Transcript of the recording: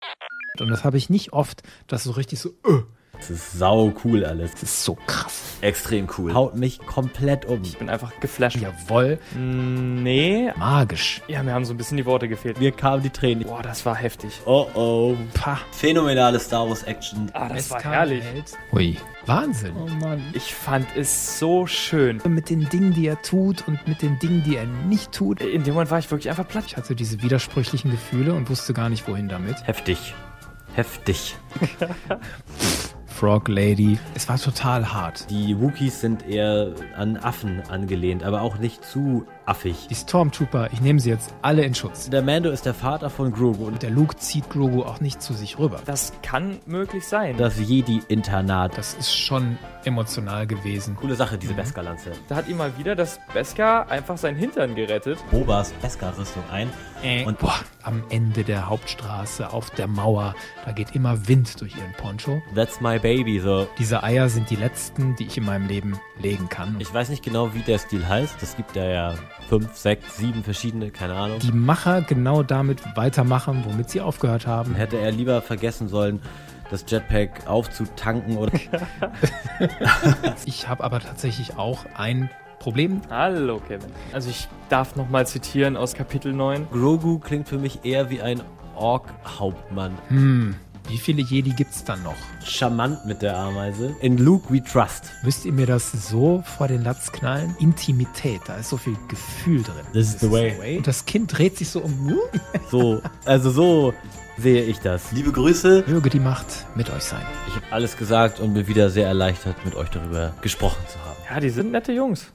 gehabt. Und das habe ich nicht oft, dass so richtig so, öh, Das ist sau cool alles. das ist so krass. Extrem cool. Haut mich komplett um. Ich bin einfach geflasht. Jawohl, Mm, Nee. magisch. Ja, mir haben so ein bisschen die Worte gefehlt. Mir kamen die Tränen. Boah, das war heftig. Oh oh. Pah. Phänomenale Star Wars Action. Ah, das war Eskan- herrlich. Held. Ui, Wahnsinn. Ich fand es so schön. Mit den Dingen, die er tut und mit den Dingen, die er nicht tut. In dem Moment war ich wirklich einfach platt. Ich hatte diese widersprüchlichen Gefühle und wusste gar nicht, wohin damit. Heftig. Heftig. Frog Lady. Es war total hart. Die Wookiees sind eher an Affen angelehnt, aber auch nicht zu affig. Die Stormtrooper, ich nehme sie jetzt alle in Schutz. Der Mando ist der Vater von Grogu und Der Luke zieht Grogu auch nicht zu sich rüber. Das kann möglich sein. das Jedi-Internat. Mhm. Das ist schon emotional gewesen. Coole Sache, diese Beskar-Lanze. Da hat ihm mal wieder das Beskar einfach seinen Hintern gerettet. Bobas Beskar-Rüstung ein. Und boah, am Ende der Hauptstraße, auf der Mauer, da geht immer Wind durch ihren Poncho. That's my baby, so. Diese Eier sind die letzten, die ich in meinem Leben legen kann. Ich weiß nicht genau, wie der Stil heißt. Es gibt da ja fünf, sechs, sieben verschiedene, keine Ahnung. die Macher genau damit weitermachen, womit sie aufgehört haben. Hätte er lieber vergessen sollen, das Jetpack aufzutanken oder Ich habe aber tatsächlich auch ein Problem. Hallo, Kevin. Also ich darf nochmal zitieren aus Kapitel 9. Grogu klingt für mich eher wie ein Ork-Hauptmann. Wie viele Jedi gibt's dann noch? Charmant mit der Ameise. In Luke we trust. Müsst ihr mir das so vor den Latz knallen? Intimität, da ist so viel Gefühl drin. This is the way. Und das Kind dreht sich so um. So, also so sehe ich das. Liebe Grüße. Möge die Macht mit euch sein. Ich habe alles gesagt und bin wieder sehr erleichtert, mit euch darüber gesprochen zu haben. Ja, die sind nette Jungs.